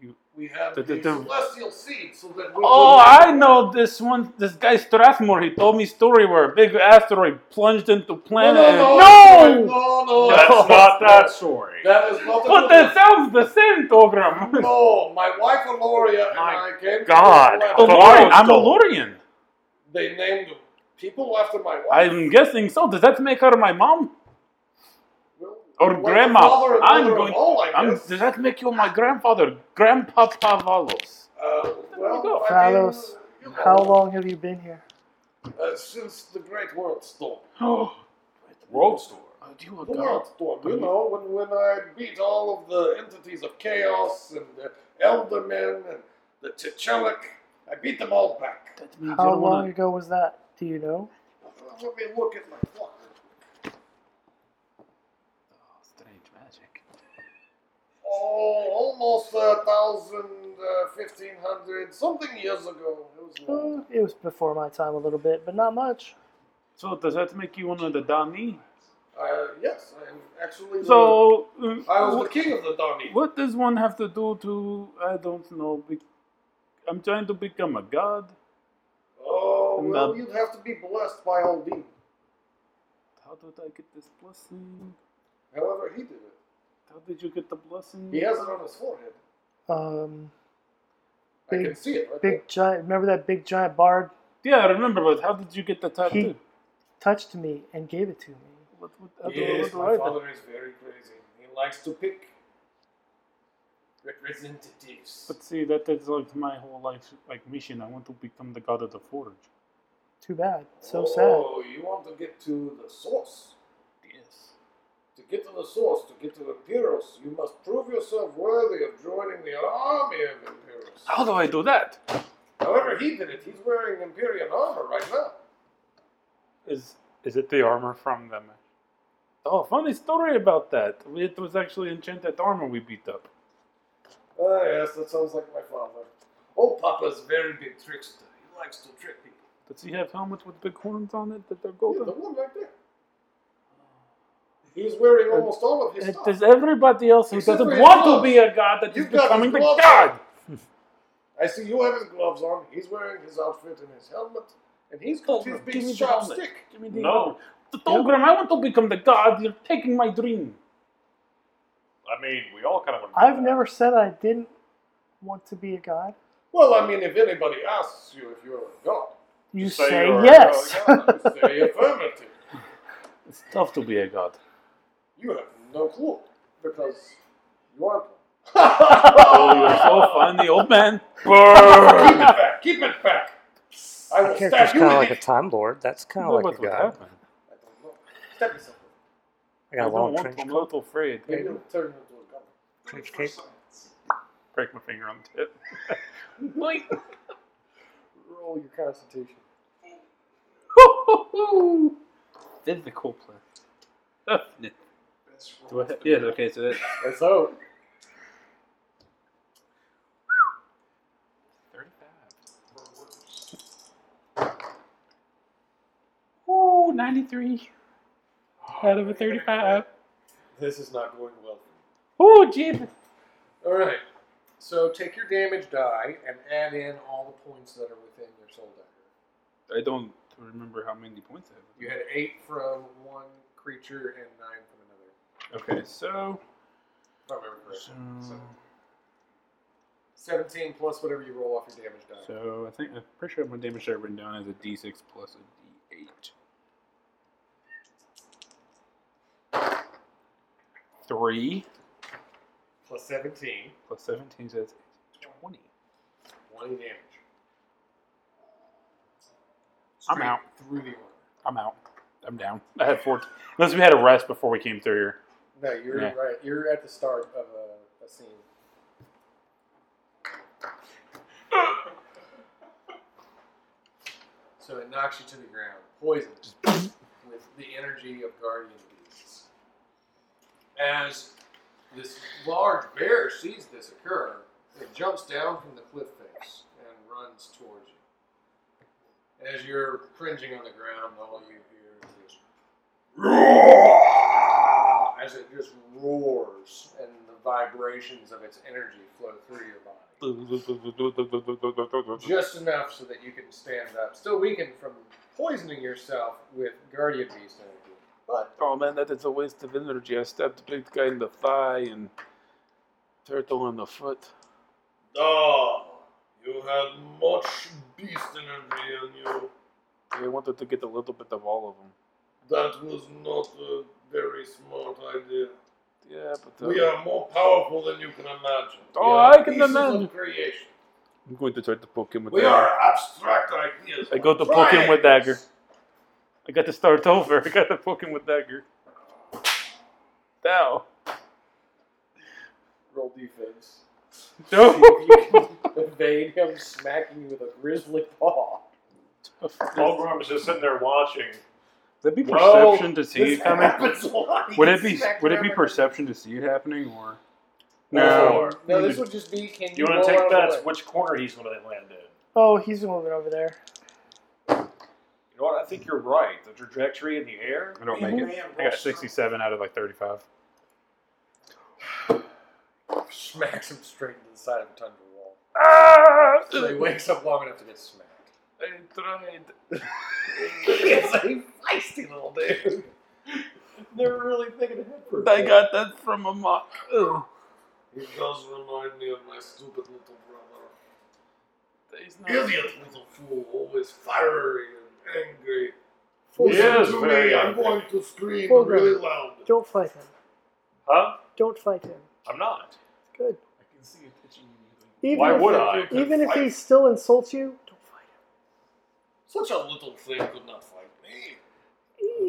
You- we had The- the, the- the- celestial seed so that we. Oh, could- I know this one. This guy Strathmore, he told me story where a big asteroid plunged into No, planet. no, and- no, no, no, Oh, That's no. not that story. That is not. the But that sounds the same, Togram. No, Oh, my wife Aloria and My I came. God. To this Oh, planet. Lorian. I'm a Lorian. They named people after my wife. I'm guessing so. Does that make her my mom? Well, or well, the grandma. father and I'm mother of going- All, I I'm, guess. does that make you my grandfather? Grandpapa Valos. Uh, well, go. I mean, Phalos, you know, How long have you been here? Uh, since the Great World Storm. World Store. Oh, do you The world storm, you know, when, when I beat all of the entities of chaos and the Eldermen and the T'Challak, I beat them all back. That means you How don't wanna- long ago was that? Do you know? Let me look at my clock. Oh, strange magic. Oh, almost a thousand, uh, fifteen hundred, something years ago. It was long. Uh, it was before my time a little bit, but not much. So does that make you one of the Dani? Uh, yes, I am actually. So uh, the, I was the king of the Dani. what does one have to do to? I don't know. Be, I'm trying to become a god. Oh, I'm well, the- you'd have to be blessed by Aldin. How did I get this blessing? However, he did it. How did you get the blessing? He has it on his forehead. Um, I Big- can see it right there. big giant. Remember that big giant bard Yeah, I remember, but how did you get the tattoo? He- touched me and gave it to me. What, what, I don't know Yes, what my to write. father is very crazy. He likes to pick representatives. But see, that is like my whole life, like mission. I want to become the god of the forge. Too bad. So oh, sad. you want to get to the source. Yes. To get to the source, to get to Imperius, you must prove yourself worthy of joining the army of Imperius. How do I do that? Uh, However he did it, he's wearing Imperial armor right now. Is is it the armor from them? Oh, funny story about that. It was actually enchanted armor we beat up. Ah, yes, that sounds like my father. Old Papa's a very big trickster. He likes to trick people. Does he have helmets with big horns on it that are Yeah, golden? the one right there. He's wearing almost all of his It stuff. is everybody else who Except doesn't for want gloves. to be a god that is You've got his becoming the gloves on. god. I see you have his gloves on. He's wearing his outfit and his helmet, and he's got his Give me big the sharp helmet. stick. Give me the No, The Dolgrim, I want to become the god. You're taking my dream. I mean we all kind of. want to do I've that. never said I didn't want to be a god. Well, I mean, if anybody asks you if you're a god, You say say, you're a yes. you say affirmative. It's tough to be a god. You have no clue because you aren't. Oh, you're so funny, old man. Keep it back. Keep it back. I will character's stab you kind of in like a it. time lord. That's kind of Look like a what guy. I happened. don't know. Stab me something. I I got a don't long want trench to. I'm a coat. little afraid. Maybe it'll turn you into a god. Trench coat. Break my finger on the tip. Roll your constitution. Physical play. Do I have, yes, okay, so that's And so, 35. Ooh, 93 out of a 35. this is not going well. Ooh, Jesus. All right. So take your damage die and add in all the points that are within your soul dagger. I don't remember how many points I You had eight from one creature and nine from another. have. Okay, so. If I remember correctly. So, 17 plus whatever you roll off your damage die. So I think I'm pretty sure my damage there written down as a D6 plus a D8. Three Plus 17, plus seventeen says twenty. 20 damage. I'm out. Through the armor. I'm out. I'm down. I had four. Unless we had a rest before we came through here. No, you're Yeah. right. You're at the start of a, a scene. so it knocks you to the ground, poisoned with the energy of guardian beasts. As this large bear sees this occur, it jumps down from the cliff face and runs towards you. As you're cringing on the ground, all you hear is this roar as it just roars and the vibrations of its energy flow through your body. Just enough so that you can stand up, still weakened from poisoning yourself with guardian beast energy. But Oh man, that is a waste of energy. I stabbed the big guy in the thigh and turtle in the foot. Oh, you had much beast energy in you. I wanted to get a little bit of all of them. That was not a very smart idea. Yeah, but uh, We are more powerful than you can imagine. We Oh, are I can pieces imagine. Of creation. I'm going to try to poke him with. We the- are abstract ideas. I go to like poke him with triangles. I got to start over. I got to poke him with dagger. Ow. Roll defense. No. If you can evade him smacking you with a grizzly paw. Oh, Fulgrim is just sitting there watching. Would it be Whoa, perception to see This it coming? happens a lot. Would it be Smack would it be him. perception to see it happening or No, no, this You would just be. Can You you, want roll to out take of bets the way? which corner he's going to land in. Oh, he's moving over there. You know what? I think you're right. The trajectory in the air. I don't make it. I got sixty seven out of like thirty five. smacks him straight into the side of a tundra wall. Ah! So he wakes up long enough to get smacked. I tried. He's a feisty little dude. Never really thinking ahead for a I kid. got that from a mock. Ugh. He does remind me of my stupid little brother. He's not- Idiot little fool, always fiery and angry. He is to very me, I'm angry. going to scream Fulgrim. really loud. Don't fight him. Huh? Don't fight him. I'm not. Good. Even Why if, would I? Even if he still insults you, don't fight Such a little thing could not fight me.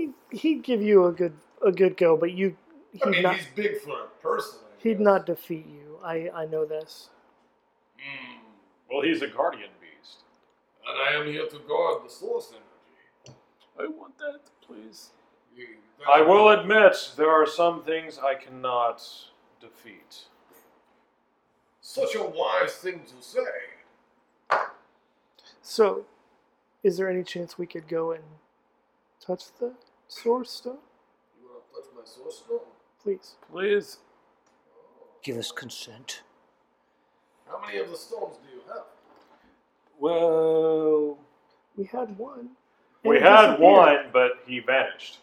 him. He, he'd give you a good a good go, but you he'd I mean, not he's big for a person. I he'd guess. not defeat you. I I know this. Mm. Well, he's a guardian beast. and I am here to guard the source energy. I want that, please. You- I will admit there are some things I cannot defeat. Such a wise thing to say. So, is there any chance we could go and touch the source stone? You want to touch my source stone? Please. Please. Give us consent. How many of the stones do you have? Well, We had one. and We it had disappeared. one, but he vanished.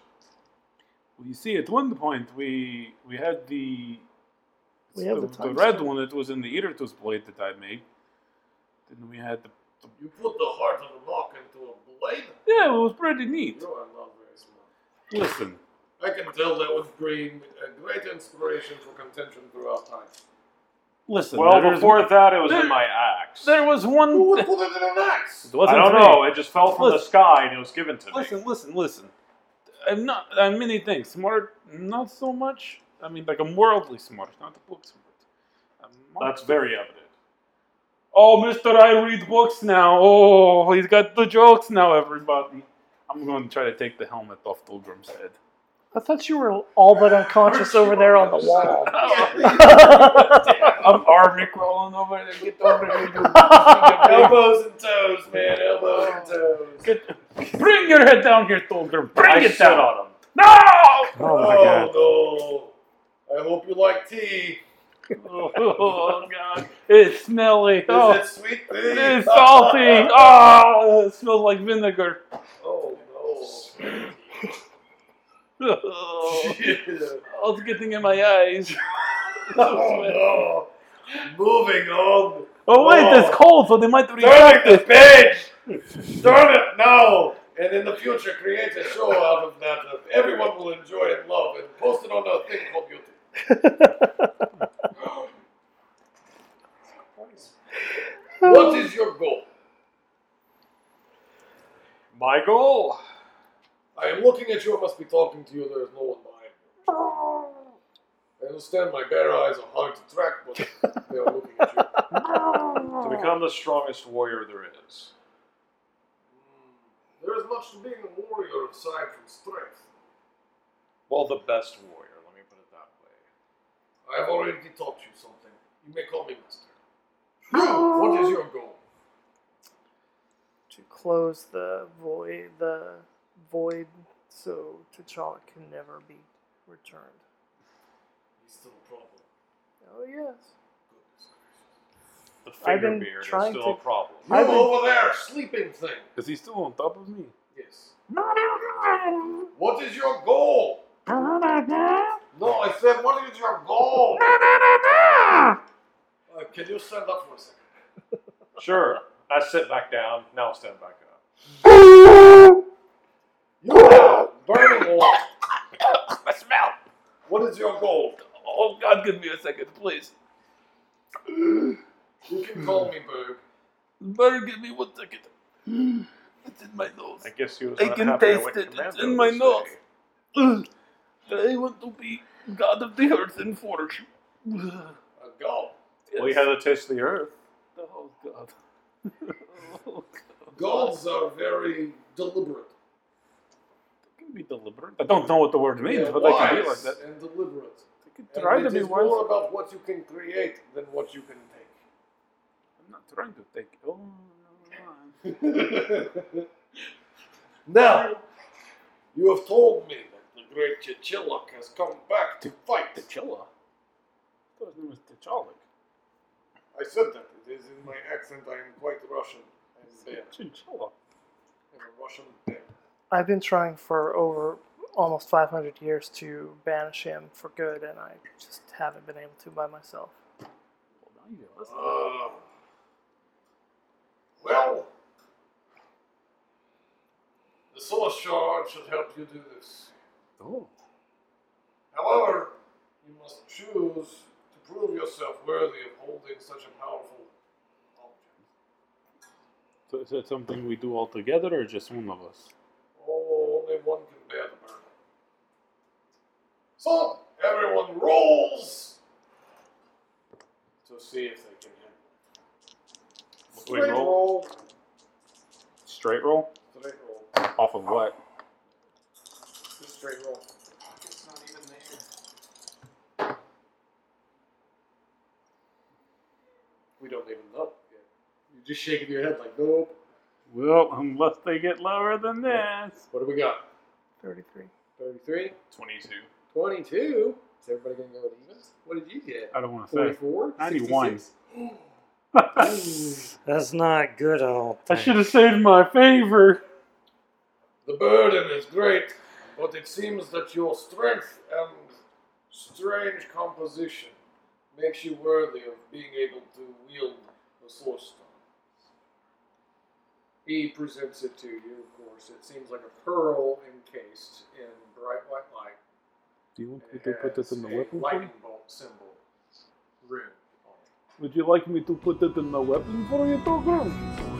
you see, at one point we we had the We have the time red stone. one that was in the Irritus blade that I made. Then we had the You put the heart of a rock into a blade? yeah, it was pretty neat. You are not very smart. Listen, I can tell that would bring a great inspiration for contention throughout time. listen. Well, there is- before that, it was there- in my axe. there was Who one. would put it in an axe? It wasn't I don't me. know. It just fell from the Listen. sky and it was given to me. Listen, listen, listen. I'm not. I'm many things. Smart, not so much. I mean, like I'm worldly smart, not a book smart. I'm not- That's very evident. Oh, Mister, I read books now. Oh, he's got the jokes now, everybody. I'm going to try to take the helmet off Pilgrim's head. I thought you were all but unconscious over there on the wall. I'm army crawling over there. Get over here. elbows and toes, man. Elbows and toes. you- Bring your head down here, Pilgrim. Bring I it sit down. on him. No! Oh, my God. no. I hope you like tea. Oh, God. It's smelly. Is Oh. it sweet tea? It's salty. Oh, it smells like vinegar. Oh, no. Oh, Shit. it's getting in my eyes. Oh, no. Moving on. Oh wait, Oh. it's cold, so they might Turn react. it, the page. Turn it now. And in the future, create a show out of that. that Everyone will enjoy and love and post it on a thing called YouTube. what is your goal? My goal. I am looking at you. I must be talking to you. There is no one behind me. I understand my bare eyes are hard to track, but they are looking at you. Oh. To become the strongest warrior there is. Hmm. There is much to being a warrior aside from strength. Well, the best warrior, let me put it that way. I have already taught you something. You may call me master. You, what is your goal? to close the void, the void, so T'Challa can never be returned. It's still a problem. Oh yes. Goodness gracious. The I've been finger beard is trying still to- a problem. You I've been- over there, sleeping thing. Is he still on top of me? Yes. What is your goal? No, I said, what is your goal? Uh, can you stand up for a second? Sure. I sit back down. Now stand back up. You have burning one. I smell. What is your goal? Oh God, give me a second, please. You can call me Berg. Better give me one second. It's in my nose. I guess he was I not can happy I taste went it. It's commando in my this nose. day. Ugh. I want to be God of the Earth and Forge. Ugh. A goal. Well, you had a taste of the earth. Oh God. oh God. Goals are very deliberate. can be deliberate. I don't know what the word means, They're but I can be like wise that. and deliberate. I can And try it to be is wise. more about what you can create than what you can I'm not trying to take. Oh, take. now, you have told me that the great Chichilok has come back to fight. T'Challa. I thought his name was T'Challa. I said that. It is in my accent. I am quite Russian. I am there. T'Challa. I am a Russian uh, bear. I've been trying for over almost 500 years to banish him for good, and I just haven't been able to by myself. Well, now you listen. Uh, well, the source shard should help you do this. Oh. However, you must choose to prove yourself worthy of holding such a powerful object. So is that something we do all together or just one of us? Oh, only one can bear the burden. So, everyone rolls to see if they can handle it. What do we roll? roll. Straight roll? Straight roll. Off of what? Just straight roll. It's not even there. We don't even know. yet. You're just shaking your head like, nope. Well, unless they get lower than this. What do we got? 33. 33, 22. 22. Is everybody going to go with even? What did you get? I don't want to say. 44? 91. 66? That's not good at all. I should have saved my favor. The burden is great, but it seems that your strength and strange composition makes you worthy of being able to wield the source stone. He presents it to you, of course. It seems like a pearl encased in bright white light. Do you want me It to put this has in the a weapon? Lightning bolt symbol. Rune. on it. Would you like me to put it in the weapon for you, program?